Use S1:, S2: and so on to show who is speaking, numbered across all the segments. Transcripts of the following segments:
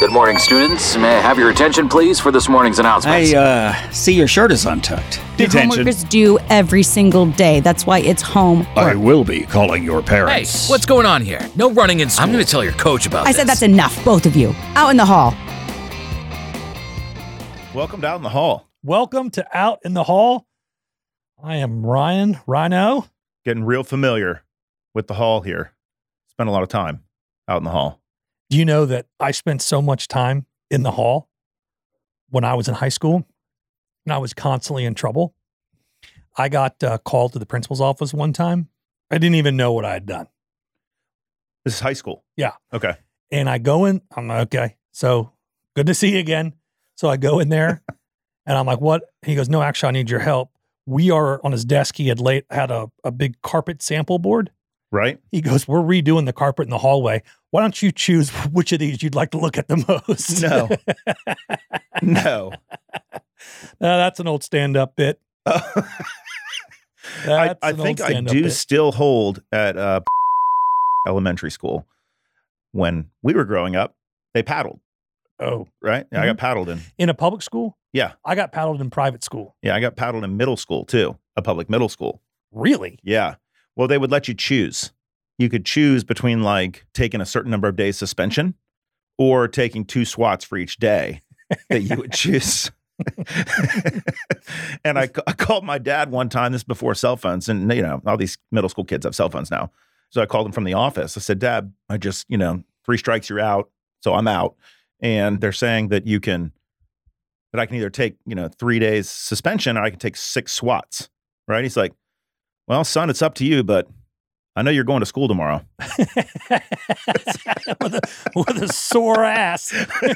S1: Good morning, students. May I have your attention, please, for this morning's announcements?
S2: I uh, see your shirt is untucked.
S3: Detention.
S4: Homework is due every single day. That's why it's home.
S2: I will be calling your
S5: Hey,
S2: parents.
S5: what's going on here? No running in school. I'm going to tell your coach about
S4: I said that's enough, both of you. Out in the hall.
S6: Welcome down the hall.
S7: Welcome to Out in the Hall. I am Ryan Rhino.
S6: Getting real familiar with the hall here. Spent a lot of time out in the hall.
S7: Do you know that I spent so much time in the hall when I was in high school and I was constantly in trouble? I got uh, called to the principal's office one time. I didn't even know what I had done.
S6: This is high school.
S7: Yeah.
S6: Okay.
S7: And I go in, I'm like, okay, so good to see you again. So I go in there and I'm like, what? He goes, no, actually, I need your help. We are on his desk. He had laid, had a, a big carpet sample board.
S6: Right?
S7: He goes, We're redoing the carpet in the hallway. Why don't you choose which of these you'd like to look at the most?
S6: No. no.
S7: Now, that's an old stand up bit.
S6: I,
S7: That's
S6: I
S7: an old
S6: think I
S7: stand-up
S6: do
S7: bit.
S6: still hold at uh, elementary school when we were growing up, they paddled,
S7: Oh,
S6: right? Yeah, I got paddled in.
S7: in a public school?
S6: Yeah.
S7: I got paddled in private school.
S6: Yeah, I got paddled in middle school too, a public middle school.
S7: Really?
S6: Yeah. Well, they would let you choose. You could choose between like taking a certain number of days suspension or taking two swats for each day that you would choose. and I, ca- I called my dad one time, this is before cell phones, and you know, all these middle school kids have cell phones now. So I called him from the office. I said, Dad, I just, you know, three strikes, you're out. So I'm out. And they're saying that you can, that I can either take, you know, three days suspension or I can take six swats. Right. He's like, well, son, it's up to you, but I know you're going to school tomorrow.
S7: with, a, with a sore ass.
S6: oh,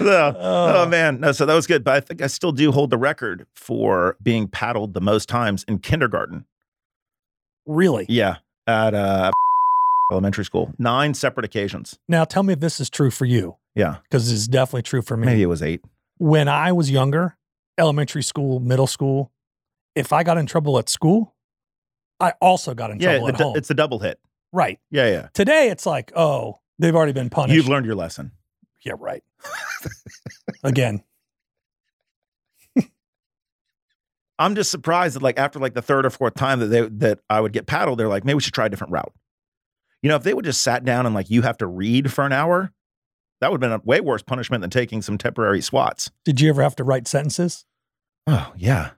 S7: Oh.
S6: oh, man. No, so that was good. But I think I still do hold the record for being paddled the most times in kindergarten.
S7: really?
S6: Yeah. At uh, elementary school. Nine separate occasions.
S7: Now, tell me if this is true for you,
S6: Yeah.
S7: because it's definitely true for me.
S6: Maybe it was eight.
S7: when I was younger, elementary school, middle school, if I got in trouble at school, I also got in
S6: Yeah.
S7: trouble
S6: the
S7: at
S6: du-
S7: home.
S6: it's a double hit.
S7: right.
S6: Yeah. Yeah.
S7: Today, it's like, oh, they've already been punished.
S6: You've learned your lesson.
S7: Yeah, right. Again,
S6: I'm just surprised that like after like the third or fourth time that they that I would get paddled, they're like, maybe we should try a different route. You know, if they would just sat down and like you have to read for an hour, that would have been a way worse punishment than taking some temporary swats.
S7: did you ever have to write sentences?
S6: Oh yeah.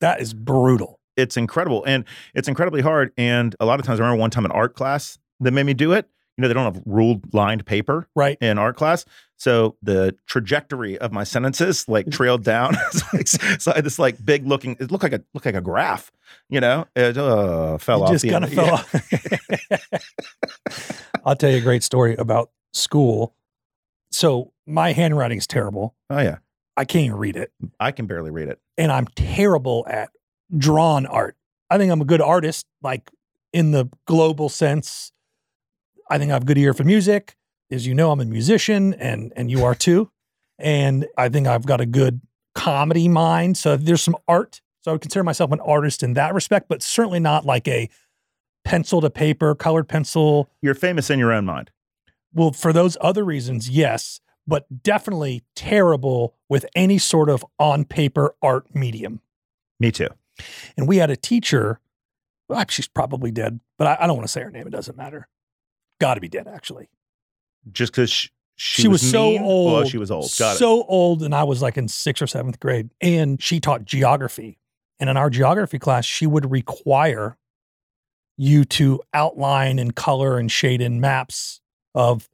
S7: That is brutal.
S6: It's incredible. And it's incredibly hard. And a lot of times I remember one time in art class that made me do it. You know, they don't have ruled lined paper
S7: Right.
S6: in art class. So the trajectory of my sentences like trailed down. so I had this like big looking, it looked like a looked like a graph, you know? It uh, fell
S7: You
S6: off.
S7: just
S6: the
S7: kind of
S6: end.
S7: fell
S6: Yeah.
S7: off. I'll tell you a great story about school. So my handwriting's terrible.
S6: Oh yeah,
S7: I can't even read it.
S6: I can barely read it.
S7: and I'm terrible at drawn art. I think I'm a good artist, like in the global sense. I think I have good ear for music. As you know, I'm a musician and and you are too. And I think I've got a good comedy mind. So there's some art. So I would consider myself an artist in that respect, but certainly not like a pencil to paper, colored pencil.
S6: You're famous in your own mind.
S7: Well, for those other reasons, yes, but definitely terrible with any sort of on paper art medium.
S6: Me too.
S7: And we had a teacher, well, she's probably dead, but I, I don't want to say her name. It doesn't matter. Got to be dead, actually.
S6: Just because she, she,
S7: She was so
S6: mean?
S7: old,
S6: Oh, she was old. Got it.
S7: so old, and I was like in sixth or seventh grade. And she taught geography. And in our geography class, she would require you to outline and color and shade in maps of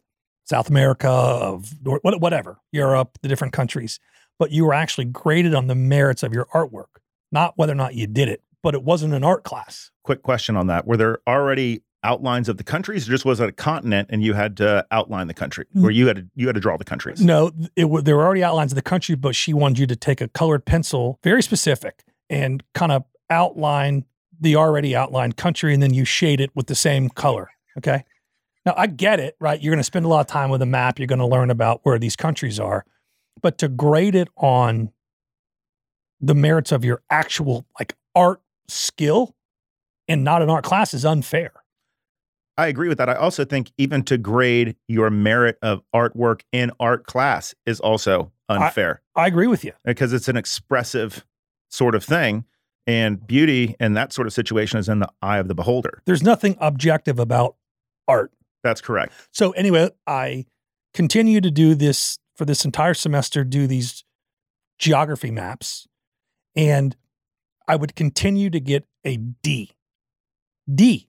S7: South America, of Nor- what- whatever, Europe, the different countries. But you were actually graded on the merits of your artwork, not whether or not you did it. But it wasn't an art class.
S6: Quick question on that: Were there already outlines of the countries, or just was it a continent and you had to outline the country, or
S7: Mm.
S6: you had to, you had to draw the countries?
S7: No, th- it wa- there were already outlines of the country, but she wanted you to take a colored pencil, very specific, and kind of outline the already outlined country, and then you shade it with the same color. Okay. Now I get it, right? You're going to spend a lot of time with a map. You're going to learn about where these countries are, but to grade it on the merits of your actual like art skill and not an art class is unfair.
S6: I agree with that. I also think even to grade your merit of artwork in art class is also unfair
S7: I agree with you.
S6: because it's an expressive sort of thing. And beauty and that sort of situation is in the eye of the beholder.
S7: There's nothing objective about art.
S6: That's correct.
S7: So anyway, I continue to do this for this entire semester, do these geography maps, and I would continue to get a D. D.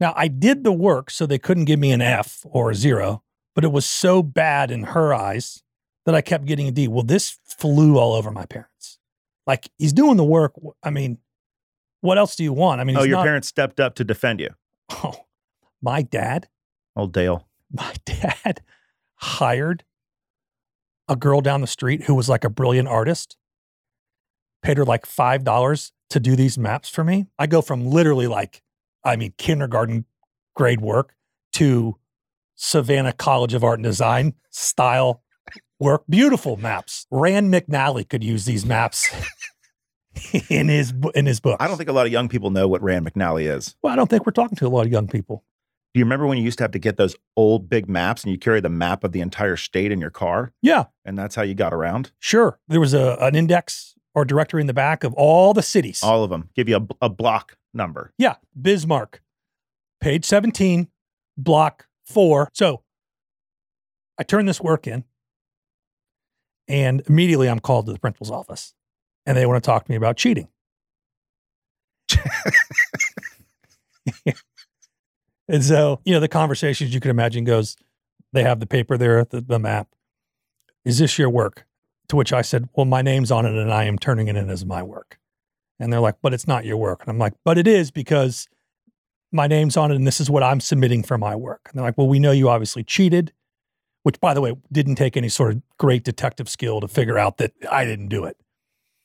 S7: Now I did the work, so they couldn't give me an F or a zero, but it was so bad in her eyes that I kept getting a D. Well, this flew all over my parents. Like he's doing the work. I mean, what else do you want? I mean,
S6: oh,
S7: he's
S6: your
S7: not-
S6: parents stepped up to defend you.
S7: Oh, my dad
S6: Oh, Dale.
S7: my dad hired a girl down the street who was like a brilliant artist, paid her like $5 to do these maps for me. I go from literally like, I mean, kindergarten grade work to Savannah College of Art and Design style work. Beautiful maps. Rand McNally could use these maps in his bo- in his book.
S6: I don't think a lot of young people know what Rand McNally is.
S7: well, I don't think we're talking to a lot of young people.
S6: Do you remember when you used to have to get those old big maps and you carry the map of the entire state in your car?
S7: Yeah.
S6: And that's how you got around?
S7: Sure. There was a, an index or directory in the back of all the cities.
S6: All of them give you a, bl- a block number.
S7: yeah. Bismarck, page 17, block four. So I turn this work in and immediately I'm called to the principal's office and they want to talk to me about cheating. and so, you know, the conversations you can imagine goes, they have the paper there, the, the map. Is this your work? To which I said, Well, my name's on it and I am turning it in as my work. And they're like, But it's not your work. And I'm like, But it is because my name's on it and this is what I'm submitting for my work. And they're like, Well, we know you obviously cheated, which by the way, didn't take any sort of great detective skill to figure out that I didn't do it.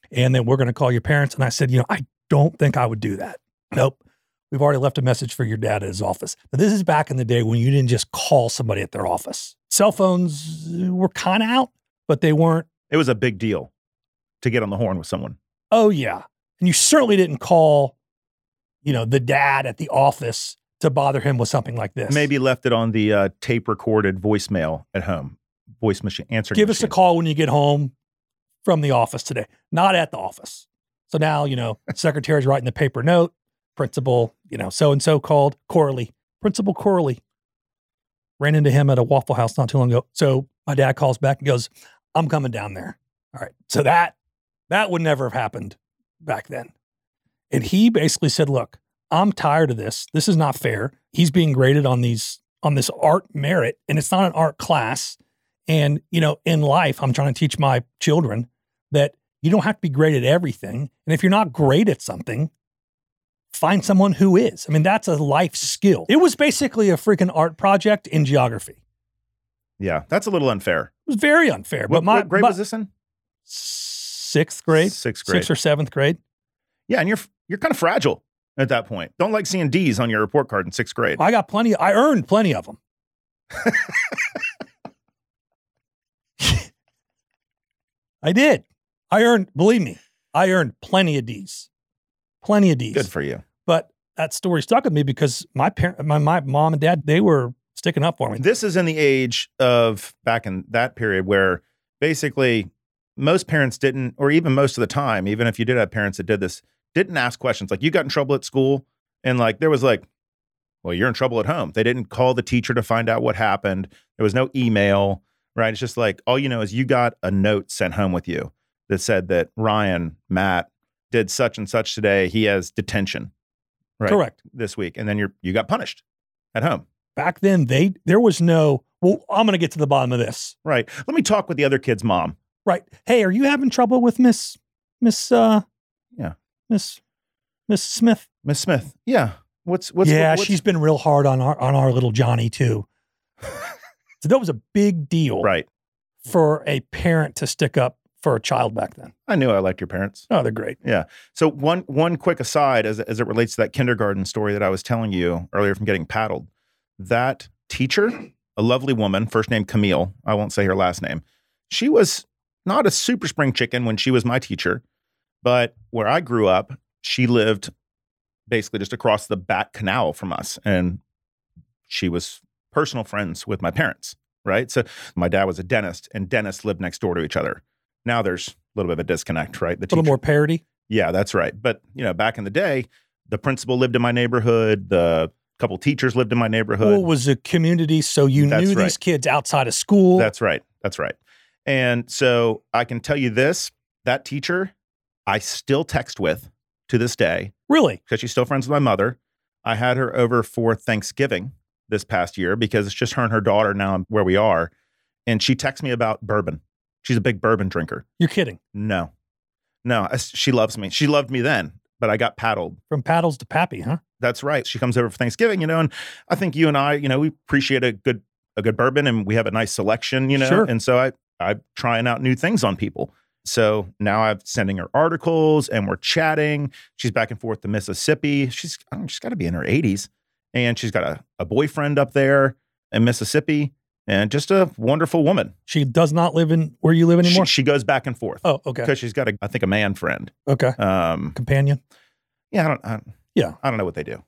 S7: And then we're going to call your parents. And I said, You know, I don't think I would do that. Nope. We've already left a message for your dad at his office. Now, this is back in the day when you didn't just call somebody at their office. Cell phones were kind of out, but they weren't
S6: It was a big deal to get on the horn with someone.
S7: Oh yeah. And you certainly didn't call, you know, the dad at the office to bother him with something like this.
S6: Maybe left it on the uh, tape recorded voicemail at home, voice machine, answering
S7: give us a
S6: machine.
S7: call when you get home from the office today, not at the office. So now, you know, secretary's writing the paper note, principal, you know, so and so called Corley, principal Corley. Ran into him at a Waffle House not too long ago. So my dad calls back and goes, "I'm coming down there." All right. So that that would never have happened back then. And he basically said, "Look, I'm tired of this. This is not fair. He's being graded on these on this art merit and it's not an art class. And, you know, in life, I'm trying to teach my children that you don't have to be great at everything. And if you're not great at something, find someone who is. I mean, that's a life skill. It was basically a freaking art project in geography.
S6: Yeah, that's a little unfair.
S7: It was very unfair.
S6: What,
S7: but my,
S6: what grade
S7: my-
S6: was this in?
S7: Sixth grade,
S6: Sixth grade.
S7: sixth or seventh grade.
S6: yeah, and you're f- you're kind of fragile at that point. Don't like seeing D's on your report card in sixth grade.
S7: I got plenty. I earned plenty of them. I did. I earned, believe me, I earned plenty of D's. Plenty of D's.
S6: Good for you.
S7: but that story stuck with me because my parent, my, my mom and dad, they were sticking up for me.
S6: This is in the age of back in that period where basically most parents didn't, or even most of the time, even if you did have parents that did this, didn't ask questions. Like you got in trouble at school, and like there was like, well, you're in trouble at home. They didn't call the teacher to find out what happened. There was no email, right? It's just like all you know is you got a note sent home with you that said that Ryan, Matt did such and such today. He has detention, right?
S7: Correct.
S6: This week, and then you're you got punished at home.
S7: Back then, they there was no. Well, I'm going to get to the bottom of this.
S6: Right. Let me talk with the other kid's mom.
S7: Right. Hey, are you having trouble with Miss Miss uh
S6: Yeah.
S7: Miss Miss Smith?
S6: Miss Smith. Yeah. What's what's
S7: yeah,
S6: what's,
S7: she's been real hard on our on our little Johnny too. so that was a big deal
S6: right.
S7: for a parent to stick up for a child back then.
S6: I knew I liked your parents.
S7: Oh, they're great.
S6: So one one quick aside as as it relates to that kindergarten story that I was telling you earlier from getting paddled. That teacher, a lovely woman, first name Camille, I won't say her last name. She was not a super spring chicken when she was my teacher, but where I grew up, she lived basically just across the back canal from us in she was personal friends with my parents, right? So my dad was a dentist, and dentists lived next door to each other. Now there's a little bit of a disconnect, right? The
S7: a little
S6: teacher-
S7: more parody.
S6: yeah, that's right. But you know, back in the day, the principal lived in my neighborhood. The couple teachers lived in my neighborhood.
S7: Pool was a community, so you
S6: That's
S7: knew
S6: right.
S7: these kids outside of school.
S6: That's right. That's right. And so I can tell you this: that teacher, I still text with to this day
S7: really
S6: because she's still friends with my mother. I had her over for Thanksgiving this past year because it's just her and her daughter now and where we are. And she texts me about bourbon. She's a big bourbon drinker.
S7: you're kidding.
S6: No, no, I- she loves me. She loved me then, but I got paddled
S7: From paddles to pappy, huh?
S6: That's right. She comes over for Thanksgiving, you know, and I think you and I, you know, we appreciate a good a good bourbon and we have a nice selection, you know.
S7: Sure.
S6: And so I I'm trying out new things on people. So now I'm sending her articles and we're chatting. She's back and forth to Mississippi. She's I don't know, she's got to be in her 80s and she's got a, a boyfriend up there in Mississippi and just a wonderful woman.
S7: She does not live in where you live
S6: She-
S7: anymore.
S6: She, goes back and forth
S7: oh, okay,
S6: because she's got a I think a man friend.
S7: okay.
S6: Um
S7: Companion,
S6: yeah, I don't I,
S7: Yeah. Uh,
S6: I don't know what they do.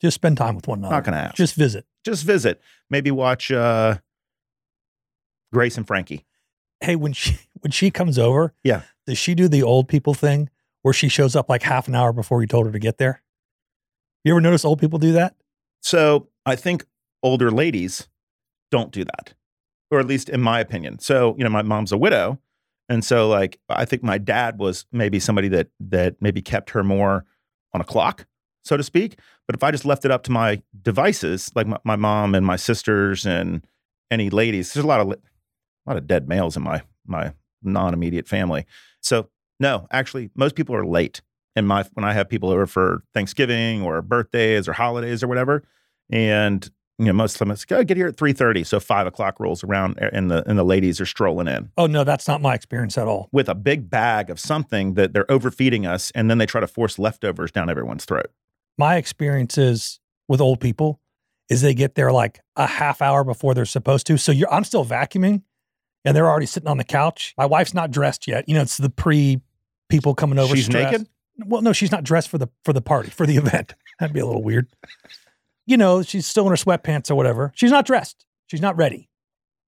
S7: just spend time with one
S6: I'm
S7: another.
S6: not going to ask.
S7: Just visit.
S6: just visit. Maybe watch uh Grace and Frankie.
S7: Hey, when she when she comes over,
S6: Yeah.
S7: does she do the old people thing where she shows up like half an hour before you told her to get there? You ever notice old people do that?
S6: So I think older ladies don't do that, or at least in my opinion. So you know, my mom's a widow, and so like I think my dad was maybe somebody that that maybe kept her more on a clock, so to speak. But if I just left it up to my devices, like my, my mom and my sisters and any ladies, there's a lot of li- a lot of dead males in my my non immediate family. So no, actually, most people are late. and my when I have people over for Thanksgiving or birthdays or holidays or whatever, and you know most of them it's oh, get here at three thirty, so five o'clock rolls around and the and the ladies are strolling in
S7: Oh no, that's not my experience at all.
S6: with a big bag of something that they're overfeeding us, and then they try to force leftovers down everyone's throat.
S7: my experience is with old people is they get there like a half hour before they're supposed to. So you're I'm still vacuuming and they're already sitting on the couch. My wife's not dressed yet. You know, it's the pre people coming over.
S6: She's
S7: stressed.
S6: naked?
S7: Well, no, she's not dressed for the for the party, for the event. That'd be a little weird. You know, she's still in her sweatpants or whatever. She's not dressed. She's not ready.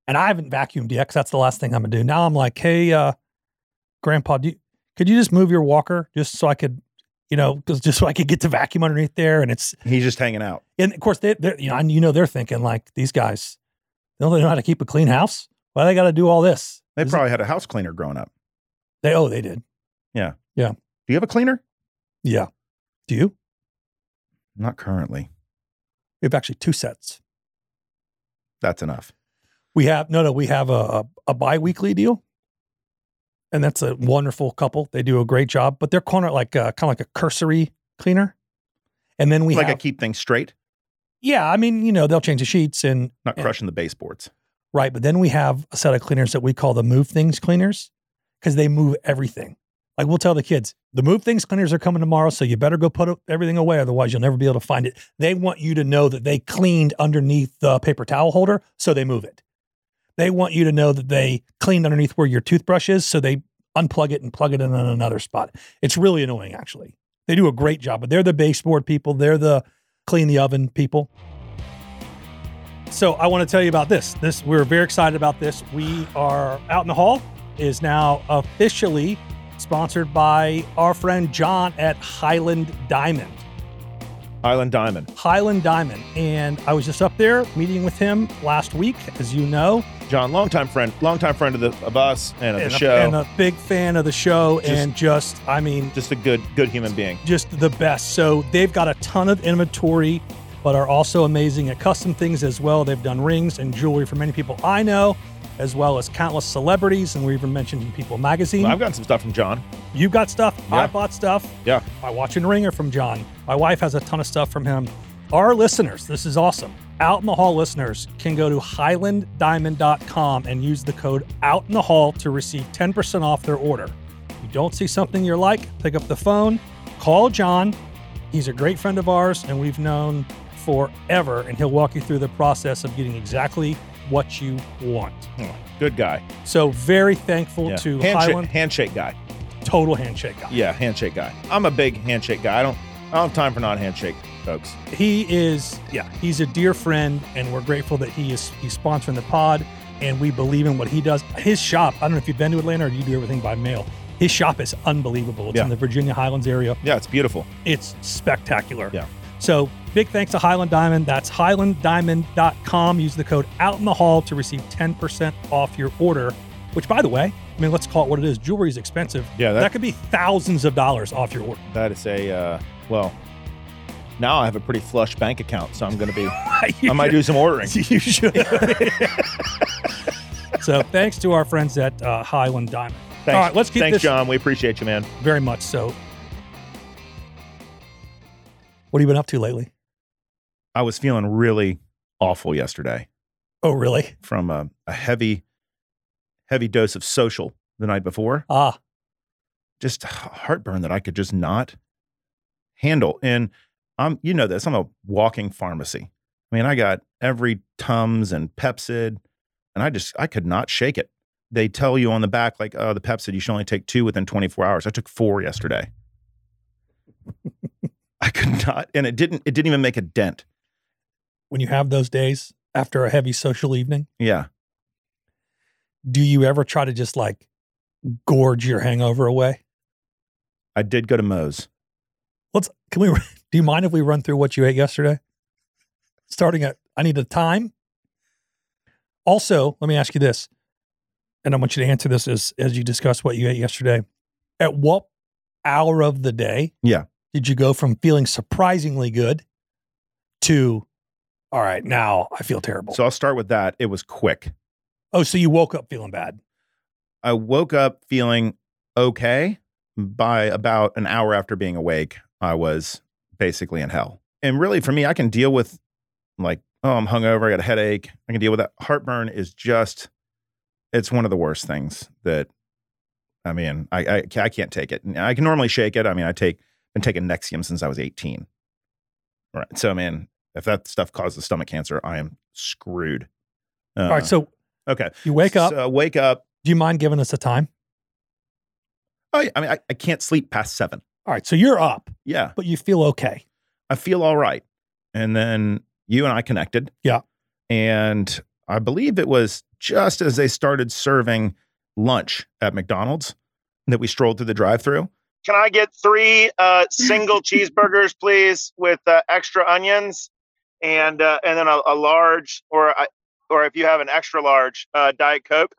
S7: And I haven't vacuumed yet because that's the last thing I'm gonna do. Now I'm like, hey, uh, grandpa, do you, could you just move your walker just so I could, you know, 'cause- just so I could get the vacuum underneath there? And it's
S6: He's just hanging out.
S7: and of course, they, they're, you know, and you know, they're thinking like these guys, they don't know how to keep a clean house. Why they got to do all this?
S6: They
S7: Is it-
S6: probably had a house cleaner growing up.
S7: they oh, they did.
S6: Do you have a cleaner?
S7: Yeah. Do you?
S6: Not currently.
S7: We have actually two sets.
S6: That's enough.
S7: We have no, no, we have a a, a biweekly deal, and that's a wonderful couple. They do a great job, but they're kind of like a, kind of like a cursory cleaner, and then we
S6: like I
S7: have
S6: keep things straight,
S7: yeah. I mean, you know, they'll change the sheets and
S6: not
S7: Yeah.
S6: crushing the baseboards.
S7: Right. But then we have a set of cleaners that we call the move things cleaners because they move everything. Like we'll tell the kids, the move things cleaners are coming tomorrow. So you better go put everything away. Otherwise, you'll never be able to find it. They want you to know that they cleaned underneath the paper towel holder. So they move it. They want you to know that they cleaned underneath where your toothbrush is. So they unplug it and plug it in on another spot. It's really annoying, actually. They do a great job, but they're the baseboard people. They're the clean the oven people. So I want to tell you about this. This we're very excited about this. We are out in the hall is now officially sponsored by our friend John at Highland Diamond.
S6: Island Diamond.
S7: Highland Diamond, and I was just up there meeting with him last week, as you know,
S6: John, longtime friend, longtime friend of the of us and of
S7: and,
S6: the
S7: a,
S6: show.
S7: and a big fan of the show,
S6: Just-
S7: and just I mean,
S6: just a good good human being.
S7: just the best. So they've got a ton of inventory, but are also amazing at custom things as well. They've done rings and jewelry for many people I know, as well as countless celebrities, and we even mentioned in People Magazine.
S6: I've gotten some stuff from John.
S7: You've got stuff. I
S6: Yeah.
S7: bought stuff.
S6: Yeah.
S7: I watch and ringer from John. My wife has a ton of stuff from him. Our listeners, this is awesome. Out in the Hall listeners can go to highlanddiamond.com and use the code out in the hall to receive 10% off their order. If you don't see something you like, pick up the phone, call John. He's a great friend of ours and we've known forever, and he'll walk you through the process of getting exactly what you want.
S6: Good guy.
S7: So, very thankful
S6: Hmm. Yeah.
S7: to
S6: handshake,
S7: Highland.
S6: handshake guy.
S7: Total handshake. guy.
S6: Yeah, handshake guy. I'm a big handshake guy. I don't I don't have time for non handshake. folks.
S7: He is, yeah, he's a dear friend, and we're grateful that he is he's sponsoring the pod, and we believe in what he does. His shop, I don't know if you've been to Atlanta or you do everything by mail. His shop is unbelievable. It's
S6: Yeah.
S7: in the Virginia Highlands area.
S6: Yeah, it's beautiful.
S7: It's spectacular.
S6: Yeah.
S7: So big thanks to Highland Diamond. That's highlanddiamond.com. Use the code out in the hall to receive 10% off your order, which by the way, I mean, let's call it what it is. Jewelry is expensive.
S6: Yeah,
S7: That,
S6: that-
S7: could be thousands of dollars off your order.
S6: That is a uh, well. Now I have a pretty flush bank account, so I'm going to be. I might do some ordering.
S7: You should. so thanks to our friends at uh, Highland Diamond.
S6: Thanks.
S7: All right, let's keep
S6: Thanks,
S7: this
S6: John. We appreciate you, man.
S7: very much so. What have you been up to lately?
S6: I was feeling really awful yesterday
S7: Oh, really?
S6: from a, a heavy, heavy dose of social the night before.
S7: Ah,
S6: Just heartburn that I could just not handle. And I'm, you know this. I'm a walking pharmacy. I mean, I got every Tums and Pepsid, and I just I could not shake it. They tell you on the back like, oh, the Pepsid you should only take two within 24 hours. I took four yesterday. I could not, and it didn't. It didn't even make a dent.
S7: when you have those days after a heavy social evening,
S6: Yeah.
S7: do you ever try to just like gorge your hangover away?
S6: I did go to Moe's.
S7: Let's, can we, do you mind if we run through what you ate yesterday? Starting at, I need a time. Also, let me ask you this, and I want you to answer this as, as you discuss what you ate yesterday. At what hour of the day?
S6: Yeah.
S7: Did you go from feeling surprisingly good to, all right, now I feel terrible?
S6: So I'll start with that. It was quick.
S7: oh, so you woke up feeling bad.
S6: I woke up feeling okay. By about an hour after being awake, I was basically in hell. And really, for me, I can deal with like, oh, I'm hungover, I got a headache. I can deal with that. Heartburn is just, it's one of the worst things that, I mean, I, I, I can't take it. And I can normally shake it. I mean, I take, been taking Nexium since I was 18. Right. So, I mean, if that stuff causes stomach cancer, I am screwed. Uh,
S7: all right. So
S6: okay.
S7: you wake up.
S6: So wake up.
S7: Do you mind giving us a time?
S6: Oh, yeah. I mean, I, I can't sleep past seven.
S7: All right, so you're up,
S6: Yeah.
S7: but you feel okay.
S6: I feel all right. And then you and I connected.
S7: Yeah.
S6: And I believe it was just as they started serving lunch at McDonald's that we strolled through the drive through.
S3: can I get three uh, single cheeseburgers, please, with uh, extra onions, and uh, and then a, a large, or I or if you have an extra large uh, diet coke,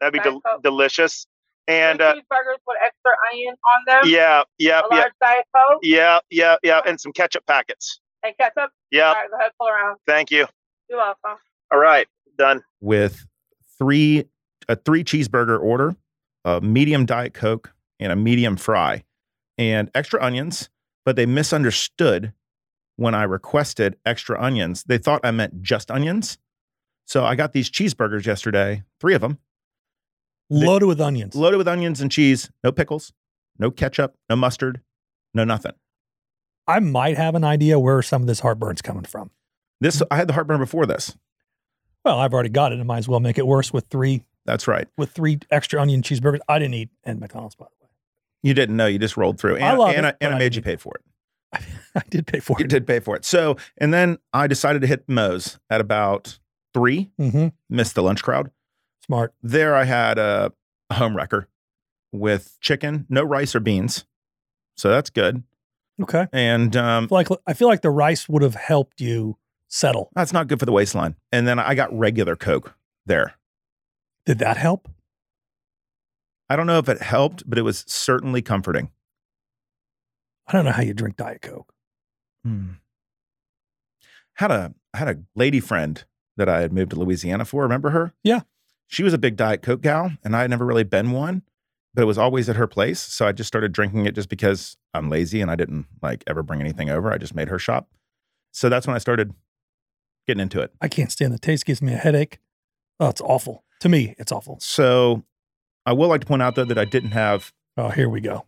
S3: that'd be
S8: Diet
S3: del-
S8: Coke.
S3: delicious. And
S8: Three
S3: uh,
S8: cheeseburgers with extra onion on them.
S3: yeah, yeah,
S8: a
S3: yeah,
S8: large diet coke
S3: yeah, yeah, yeah, and some ketchup packets.
S8: and ketchup. All
S3: Yeah,
S8: right, go ahead, pull around.
S3: thank you.
S8: You're welcome.
S3: All right, done.
S6: with three a three cheeseburger order, a medium diet coke, and a medium fry, and extra onions. But they misunderstood when I requested extra onions. They thought I meant just onions. So I got these cheeseburgers yesterday, three of them,
S7: Loaded with onions.
S6: loaded with onions and cheese, no pickles, no ketchup, no mustard, no nothing.
S7: I might have an idea where some of this heartburn's coming from.
S6: This I had the heartburn before this.
S7: Well, I've already got it. I might as well make it worse with three
S6: That's right.
S7: with three extra onion cheeseburgers. I didn't eat at McDonald's, by the
S6: You didn't know. You just rolled through. And
S7: I love
S6: and I,
S7: it,
S6: and
S7: but
S6: I
S7: I
S6: made you
S7: didn't-
S6: pay for it.
S7: way. I did pay for
S6: You
S7: it.
S6: did pay for it. So, and then I decided to hit Moe's at about three,
S7: Mm-hmm.
S6: missed the lunch crowd.
S7: Smart.
S6: There I had a home wrecker with chicken, no rice or beans. So that's good.
S7: Okay.
S6: And um,
S7: Like I feel like the rice would have helped you settle.
S6: that's not good for the waistline. And then I got regular Coke there.
S7: Did that help?
S6: I don't know if it helped, but it was certainly comforting.
S7: I don't know how you drink diet coke.
S6: Hmm. Had a had a lady friend that I had moved to Louisiana for. Remember her?
S7: Yeah.
S6: She was a big Diet Coke gal, and I had never really been one, but it was always at her place. So I just started drinking it just because I'm lazy and I didn't like ever bring anything over. I just made her shop. So that's when I started getting into it.
S7: I can't stand the taste. Gives me a headache. Oh, it's awful. To me, it's awful.
S6: So I will like to point out though that I didn't have
S7: Oh, here we go.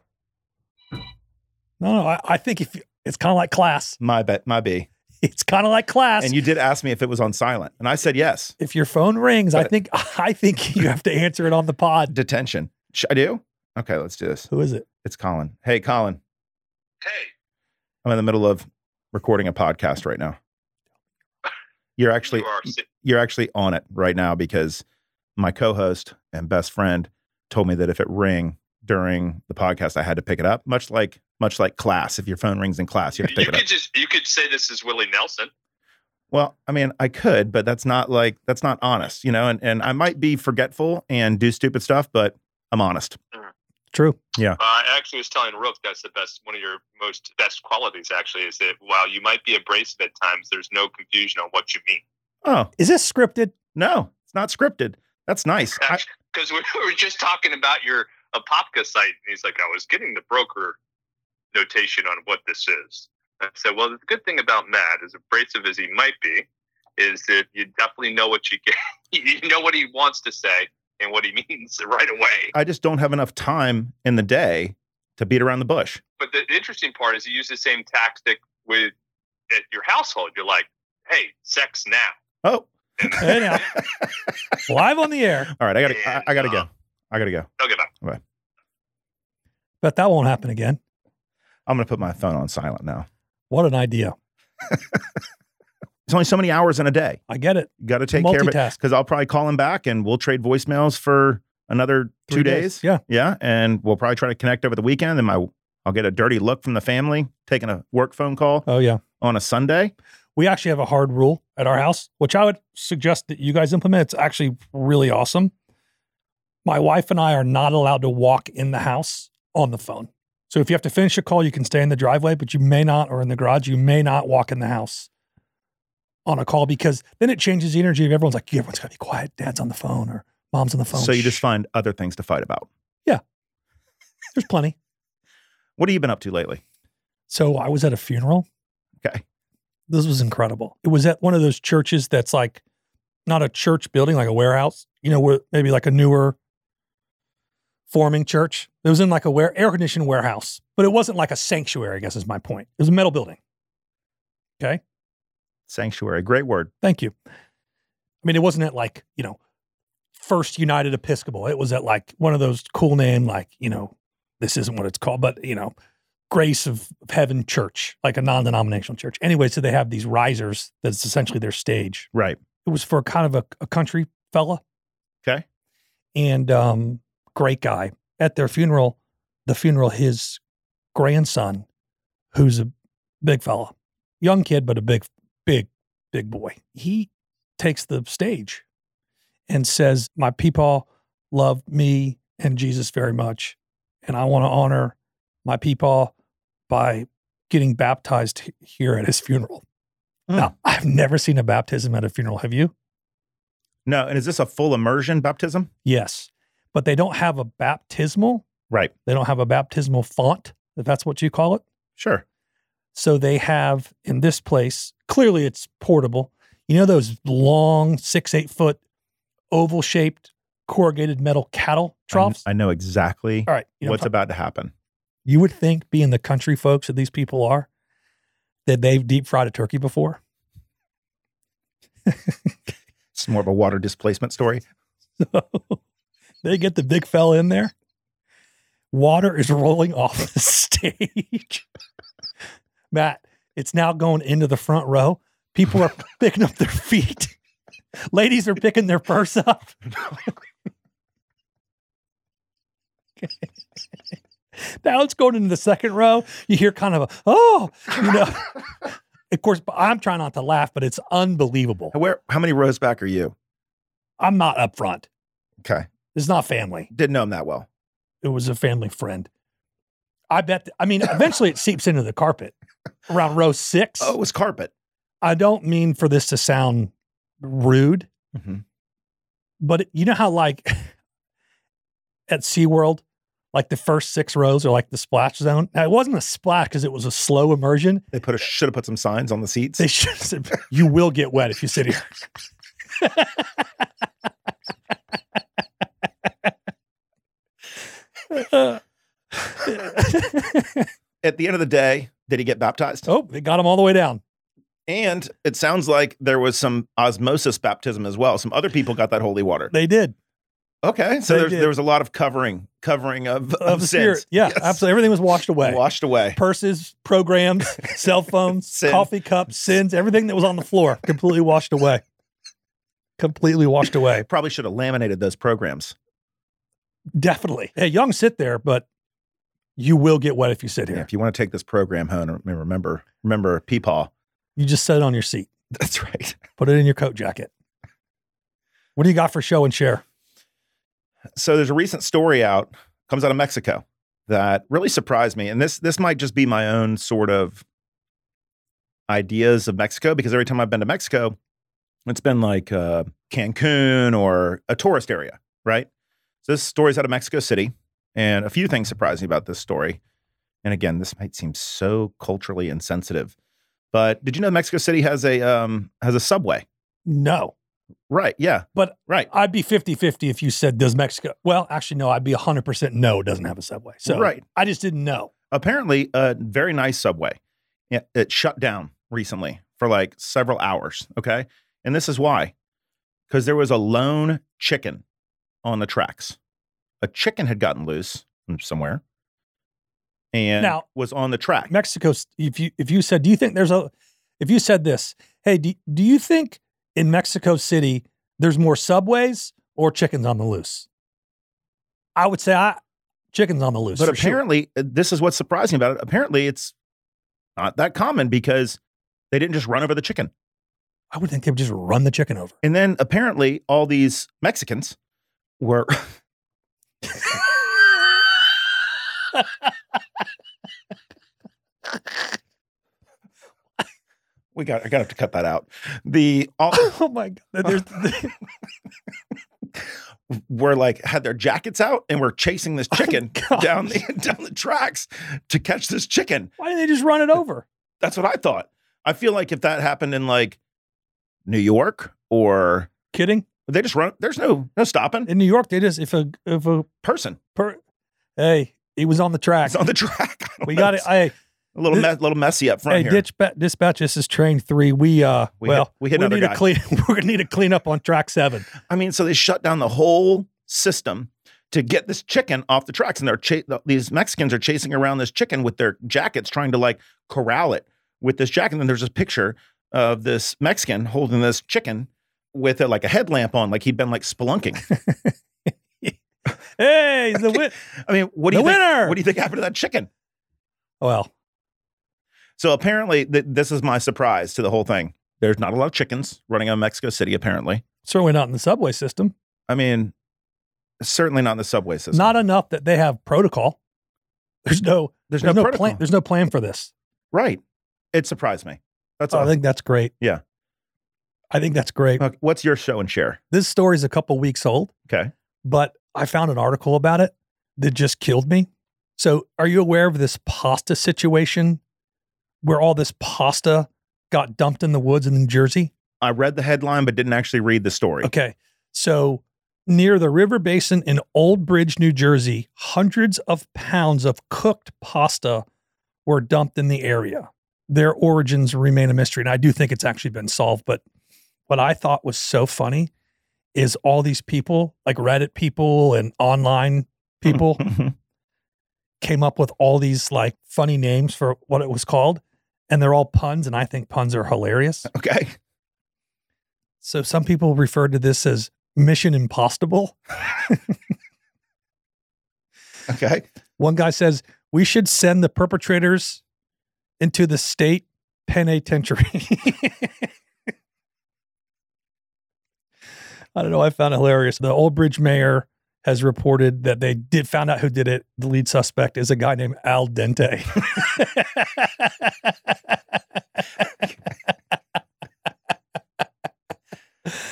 S7: No, no. I, I think if you, it's kind of like class.
S6: my bet my B.
S7: It's kind of like class.
S6: And you did ask me if it was on silent. And I said yes.
S7: if your phone rings, I
S6: But-
S7: think I think you have to answer it on the pod.
S6: Detention. Should I do? Okay, let's do this.
S7: Who is it?
S6: It's Colin. Hey Colin.
S3: Hey,
S6: I'm in the middle of recording a podcast right now. You're actually
S9: You are si-
S6: you're actually on it right now because my co-host and best friend told me that if it rang during the podcast, I had to pick it up. Much like much like class, if your phone rings in class, you have to
S9: you
S6: pick it
S9: could
S6: up.
S9: just you could say this is Willie Nelson.
S6: Well, I mean, I could, but that's not like that's not honest, you know. And and I might be forgetful and do stupid stuff, but I'm honest.
S7: True.
S9: Uh, I actually was telling Rook that's the best one of your most best qualities. Actually, is that while you might be abrasive at times, there's no confusion on what you mean.
S6: Oh
S7: Is this scripted?
S6: no, it's not scripted. That's nice. I,
S9: Because we were just talking about your Apopka site, and he's like, I was getting the broker notation on what this is. I said, Well, the good thing about Matt, as abrasive as he might be, is that you definitely know what you get. you know what he wants to say and what he means right away.
S6: I just don't have enough time in the day to beat around the bush.
S9: But the interesting part is you use the same tactic with at your household. You're like, Hey, sex now.
S6: Oh,
S7: Hey, now. Live on the air,
S6: all right. I gotta I,
S9: And,
S6: I gotta go.
S9: uh,
S6: I gotta go.
S9: Okay, bye.
S7: but that won't happen again.
S6: I'm gonna put my phone on silent now.
S7: What an idea.
S6: It's only so many hours in a day.
S7: I get it.
S6: You got to take care of it
S7: Multitask.
S6: because I'll probably call him back and we'll trade voicemails for another
S7: Three
S6: two days.
S7: Yeah.
S6: Yeah. And we'll probably try to connect over the weekend. And my I'll get a dirty look from the family taking a work phone call
S7: Oh, yeah.
S6: on a Sunday.
S7: We actually have a hard rule at our house, which I would suggest that you guys implement. It's actually really awesome. My wife and I are not allowed to walk in the house on the phone. So if you have to finish a call, you can stay in the driveway, but you may not, or in the garage, you may not walk in the house on a call because then it changes the energy of everyone's like, everyone's gotta be quiet. Dad's on the phone or mom's on the phone.
S6: So you
S7: Shh.
S6: just find other things to fight about.
S7: there's plenty.
S6: What have you been up to lately?
S7: So I was at a funeral.
S6: Okay.
S7: This was incredible. It was at one of those churches that's like not a church building, like a warehouse, you know, where maybe like a newer forming church. It was in like a ware- air conditioned warehouse, but it wasn't like a sanctuary, I guess is my point. It was a metal building.
S6: Sanctuary. Great word.
S7: Thank you. I mean, it wasn't at like, you know, First United Episcopal. It was at like one of those cool name, like, you know, this isn't what it's called, but, you know, Grace of Heaven Church, like a non denominational church. Anyway, so they have these risers that's essentially their stage
S6: Right.
S7: it was for kind of a, a country fella.
S6: Okay.
S7: And um, great guy. At their funeral, the funeral, his grandson, who's a big fella, young kid, but a big, big, big boy, he takes the stage and says, My people love me and Jesus very much. And I want to honor my people by getting baptized h- here at his funeral. Now, I've never seen a baptism at a funeral. Have you?
S6: No. And is this a full immersion baptism?
S7: Yes. But they don't have a baptismal.
S6: Right.
S7: They don't have a baptismal font, if that's what you call it.
S6: Sure.
S7: So they have in this place, clearly it's portable. You know those long six, eight foot oval shaped corrugated metal cattle
S6: I kn-
S7: troughs?
S6: I, know exactly
S7: All right. You know what I'm
S6: what's about to happen.
S7: You would think, being the country folks that these people are, that they've deep fried a turkey before.
S6: It's more of a water displacement story.
S7: they get the big fella in there. Water is rolling off the stage. Matt, it's now going into the front row. People are picking up their feet. Ladies are picking their purse up. now it's going into the second row. You hear kind of a, oh, you know. of course, I'm trying not to laugh, but it's unbelievable.
S6: Where? How many rows back are you?
S7: I'm not up front.
S6: Okay.
S7: It's not family.
S6: Didn't know him that well.
S7: it was a family friend. I bet. I mean, eventually it seeps into the carpet around row six.
S6: Oh, it was carpet.
S7: I don't mean for this to sound rude,
S6: Mhm.
S7: but you know how, like, at SeaWorld, like the first six rows are like the splash zone. Now, it wasn't a splash because it was a slow immersion.
S6: They put a should have put some signs on the seats.
S7: They should have said, You will get wet if you sit here.
S6: At the end of the day, did he get baptized?
S7: oh, they got him all the way down.
S6: And it sounds like there was some osmosis baptism as well. Some other people got that holy water.
S7: They did.
S6: Okay, so
S7: They
S6: there's,
S7: did.
S6: there was a lot of covering, covering of of,
S7: of the
S6: sins.
S7: spirit. Yeah,
S6: Yes.
S7: absolutely. Everything was washed away.
S6: washed away.
S7: Purses, programs, cell phones,
S6: Sin.
S7: coffee cups, sins, everything that was on the floor completely washed away. Completely washed away.
S6: Probably should have laminated those programs.
S7: Definitely. Hey, you can sit there, but you will get wet if you sit
S6: Yeah,
S7: here.
S6: if you want to take this program home, remember, remember, Peepaw.
S7: You just set it on your seat.
S6: That's right.
S7: Put it in your coat jacket. What do you got for show and share?
S6: So there's a recent story out, comes out of Mexico, that really surprised me. And this this might just be my own sort of ideas of Mexico because every time I've been to Mexico, it's been like uh, Cancun or a tourist area, right? So this story's out of Mexico City, and a few things surprised me about this story. And again, this might seem so culturally insensitive, but did you know Mexico City has a um, has a subway?
S7: No.
S6: Right. Yeah.
S7: But-
S6: right.
S7: I'd be 50 50 if you said, Does Mexico? Well, actually, no, I'd be 100% no, it doesn't have a subway. So
S6: Right.
S7: I just didn't know.
S6: apparently a very nice subway. Yeah, It shut down recently for like several hours. Okay. And this is why because there was a lone chicken on the tracks. A chicken had gotten loose from somewhere and
S7: Now-
S6: was on the track.
S7: Mexico, if you if you said, do you think there's a, if you said this, hey, do, do you think in Mexico City there's more subways or chickens on the loose? I would say I chickens on the loose.
S6: but
S7: for sure.
S6: apparently, uh, this is what's surprising about it. Apparently, it's not that common because they didn't just run over the chicken.
S7: I would think they would just run the chicken over.
S6: And then apparently, all these Mexicans were. we got. I got to have to cut that out. The all
S7: oh my god! There's,
S6: were like had their jackets out and were chasing
S7: Oh
S6: this chicken
S7: God.
S6: down the down the tracks to catch this chicken.
S7: why didn't they just run it over?
S6: That's what I thought. I feel like if that happened in like New York or
S7: Kidding?
S6: they just run. There's no no stopping.
S7: In New York, they just if a if a
S6: Person
S7: per, hey, he was on the track.
S6: is on the track. I don't
S7: we
S6: know.
S7: got it. I
S6: A little
S7: This-
S6: me- little messy up front
S7: hey,
S6: here.
S7: ditch ba- dispatch. This is train three. We uh,
S6: We hit-
S7: well,
S6: we hit another
S7: need
S6: guy.
S7: a clean. we're gonna need a cleanup on track seven.
S6: I mean, so they shut down the whole system to get this chicken off the tracks, and they're cha- these Mexicans are chasing around this chicken with their jackets, trying to like corral it with this jacket. And then there's this picture of this Mexican holding this chicken with a, like a headlamp on, like he'd been like spelunking.
S7: Hey, the win-
S6: I mean, what do
S7: The
S6: you think-
S7: winner!
S6: what do you think happened to that chicken?
S7: well,
S6: So apparently, th- this is my surprise to the whole thing. There's not a lot of chickens running on Mexico City. Apparently,
S7: certainly not in the subway system.
S6: I mean, certainly not in the subway system.
S7: Not enough that they have protocol. There's no
S6: there's,
S7: there's
S6: no,
S7: no,
S6: protocol.
S7: plan. There's no plan for this.
S6: Right. It surprised me. That's
S7: So
S6: all.
S7: Oh, I think that's great.
S6: Uh, Yeah.
S7: I think that's great.
S6: Okay, what's your show and share?
S7: This story's a couple weeks old,
S6: Okay.
S7: but I found an article about it that just killed me. So, are you aware of this pasta situation where all this pasta got dumped in the woods in New Jersey?
S6: I read the headline but didn't actually read the story.
S7: Okay. So near the river basin in Old Bridge, New Jersey, hundreds of pounds of cooked pasta were dumped in the area. Their origins remain a mystery. And I do think it's actually been solved. But what I thought was so funny is all these people, like Reddit people and online people, came up with all these like funny names for what it was called. And they're all puns. And I think puns are hilarious.
S6: okay.
S7: So some people refer to this as Mission Impossible.
S6: Okay.
S7: One guy says, We should send the perpetrators into the state penitentiary. I don't know. I found it hilarious. The Old Bridge mayor has reported that they did found out who did it. The lead suspect is a guy named Al Dente.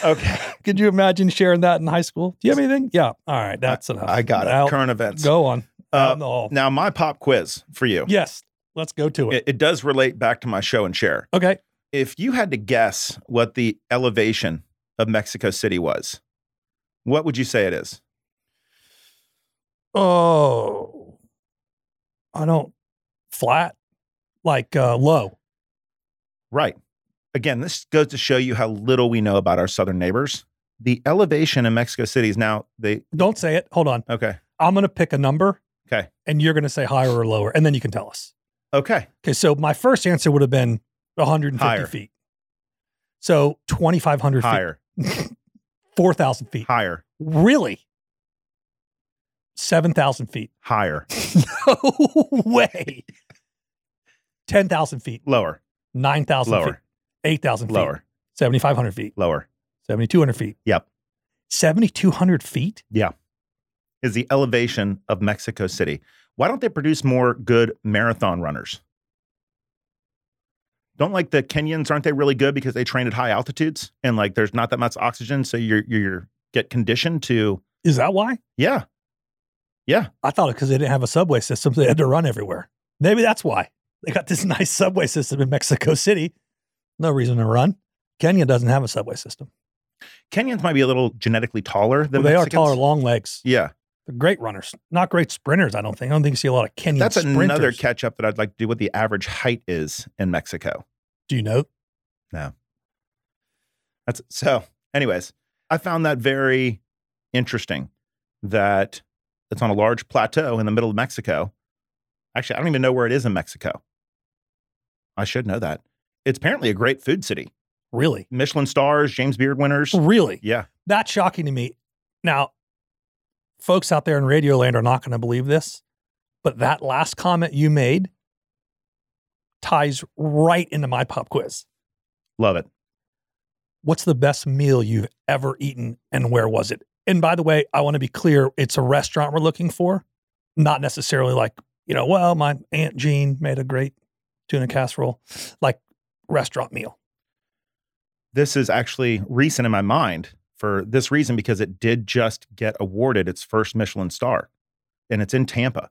S6: Okay.
S7: Could you imagine sharing that in high school? Do you have anything? Yeah. All right. That's enough.
S6: I got it.
S7: Al-
S6: Current events.
S7: Go on. Out
S6: Uh,
S7: in the hall.
S6: now, my pop quiz for you.
S7: Yes. Let's go to it.
S6: It, it does relate back to my show and share.
S7: okay.
S6: If you had to guess what the elevation of Mexico City was, what would you say it is?
S7: Oh, I don't flat like uh, low.
S6: Right. Again, this goes to show you how little we know about our southern neighbors the elevation in Mexico City is now they
S7: Don't say it. Hold on.
S6: okay
S7: I'm going to pick a number.
S6: Okay.
S7: And you're going to say higher or lower, and then you can tell us.
S6: okay
S7: Okay. So my first answer would have been 150
S6: Higher.
S7: feet. So 2,500 feet,
S6: higher
S7: 4,000 feet.
S6: higher
S7: Really? 7,000 feet.
S6: higher
S7: No way. 10,000 feet,
S6: lower
S7: 9,000 feet,
S6: lower
S7: 8,000 feet,
S6: lower
S7: 7,500 feet,
S6: lower
S7: 7,200 feet.
S6: Yep.
S7: 7,200 feet?
S6: is the elevation of Mexico City. Why don't they produce more good marathon runners? Don't like the Kenyans aren't they really good because they train at high altitudes and like there's not that much oxygen, so you're you're, you're get conditioned to
S7: Is that why?
S6: yeah
S7: I thought it because they didn't have a subway system, so they had to run everywhere. Maybe that's why. They got this nice subway system in Mexico City. No reason to run. Kenya doesn't have a subway system.
S6: Kenyans might be a little genetically taller than
S7: Well, they
S6: Mexicans.
S7: are taller, long legs.
S6: Yeah,
S7: They're great runners, not great sprinters, I don't think. I don't think you see a lot of Kenyan
S6: that's
S7: sprinters.
S6: another catch up that I'd like to do. What the average height is in Mexico?
S7: Do you know?
S6: That's so. Anyways, I found that very interesting that it's on a large plateau in the middle of Mexico. Actually, I don't even know where it is in Mexico. I should know that. It's apparently a great food city.
S7: Really?
S6: Michelin stars, James Beard winners.
S7: Really?
S6: Yeah.
S7: That's shocking to me. Now, folks out there in Radio Land are not going to believe this, but that last comment you made ties right into my pop quiz.
S6: Love it.
S7: What's the best meal you've ever eaten and where was it? And by the way, I want to be clear it's a restaurant we're looking for, not necessarily like, you know, well, my Aunt Jean made a great tuna casserole, like restaurant meal.
S6: This is actually recent in my mind for this reason because it did just get awarded its first Michelin star and it's in Tampa.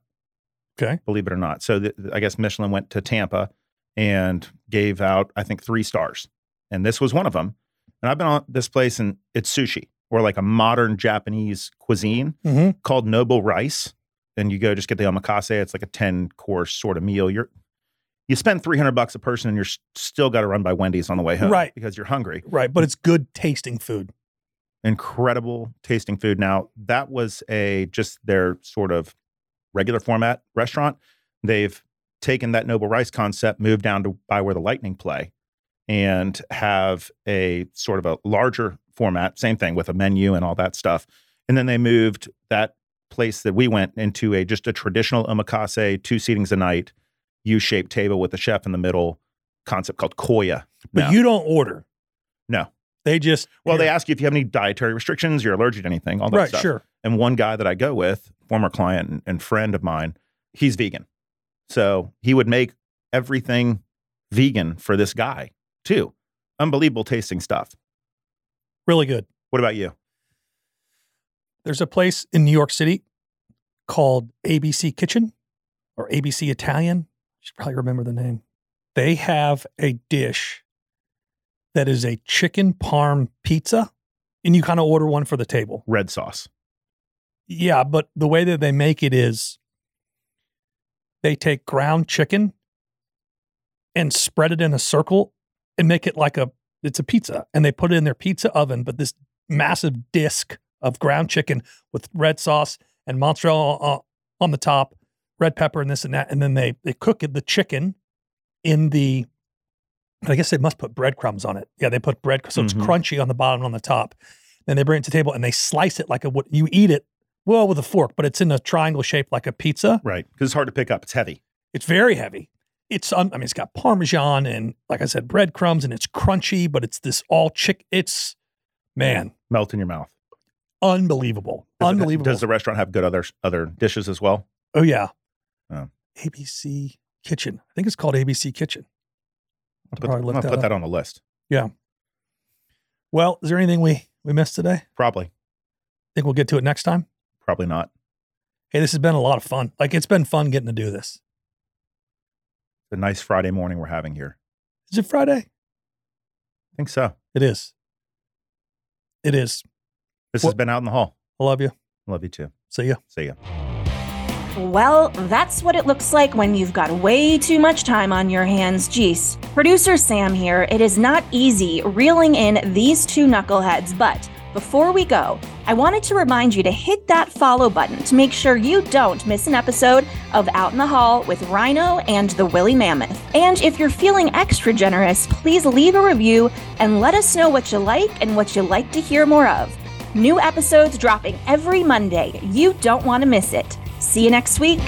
S7: Okay.
S6: Believe it or not. So th- I guess Michelin went to Tampa and gave out, I think, three stars. And this was one of them. And I've been on this place and it's sushi or like a modern Japanese cuisine
S7: Mm-hmm.
S6: called Noble Rice. And you go just get the omakase. It's like a 10 course sort of meal. You're, you spend 300 bucks a person and you're s- still got to run by Wendy's on the way home.
S7: Right.
S6: Because you're hungry
S7: Right. But it's good tasting food.
S6: incredible tasting food. Now, that was a just their sort of regular format restaurant. They've taken that noble rice concept, moved down to by where the lightning play, and have a sort of a larger format, same thing with a menu and all that stuff. And then they moved that place that we went into a just a traditional omakase, two seatings a night, U-shaped table with the chef in the middle concept called Koya.
S7: But
S6: now.
S7: you don't order.
S6: No.
S7: They just
S6: well, they
S7: Here.
S6: ask you if you have any dietary restrictions, you're allergic to anything, all that
S7: right,
S6: stuff.
S7: sure.
S6: And one guy that I go with, former client and- and friend of mine, he's vegan. So he would make everything vegan for this guy, too. Unbelievable tasting stuff.
S7: Really good.
S6: What about you?
S7: There's a place in New York City called ABC Kitchen or ABC Italian. should probably remember the name. They have a dish that is a chicken parm pizza, and you kind of order one for the table.
S6: Red sauce.
S7: Yeah, but the way that they make it is they take ground chicken and spread it in a circle and make it like a it's a pizza and they put it in their pizza oven but this massive disc of ground chicken with red sauce and mozzarella o- on the top red pepper and this and that and then they they cook it- the chicken in the i guess they must put breadcrumbs on it yeah they put bread so it's
S6: Mhm.
S7: crunchy on the bottom and on the top then they bring it to the table and they slice it like a what you eat it well with a fork but it's in a triangle shape like a pizza
S6: Right. Because it's hard to pick up. It's heavy.
S7: it's very heavy. It's un- I mean, it's got parmesan and like I said, breadcrumbs, and it's crunchy, but it's this all chick. It's man,
S6: Melt in your mouth.
S7: unbelievable,
S6: Does it-
S7: unbelievable.
S6: does the restaurant have good other other dishes as well?
S7: oh yeah,
S6: Oh.
S7: ABC Kitchen. I think it's called ABC Kitchen.
S6: I'll
S7: probably look
S6: I'll
S7: that
S6: put
S7: up.
S6: that on the list.
S7: Well, is there anything we we missed today? I
S6: Probably.
S7: think we'll get to it next time.
S6: Probably not.
S7: Hey, this has been a lot of fun. Like it's been fun getting to do this.
S6: The nice Friday morning we're having here.
S7: Is it Friday?
S6: I think so.
S7: It is. It is.
S6: This
S7: Well-
S6: has been out in the hall.
S7: I love you.
S6: Love you too.
S7: See ya.
S6: See ya.
S10: Well, that's what it looks like when you've got way too much time on your hands. Jeez. Producer Sam here. It is not easy reeling in these two knuckleheads, but before we go, I wanted to remind you to hit that follow button to make sure you don't miss an episode of Out in the Hall with Rhino and the Willy Mammoth. And if you're feeling extra generous, please leave a review and let us know what you like and what you like to hear more of. New episodes dropping every Monday. You don't want to miss it. See you next week.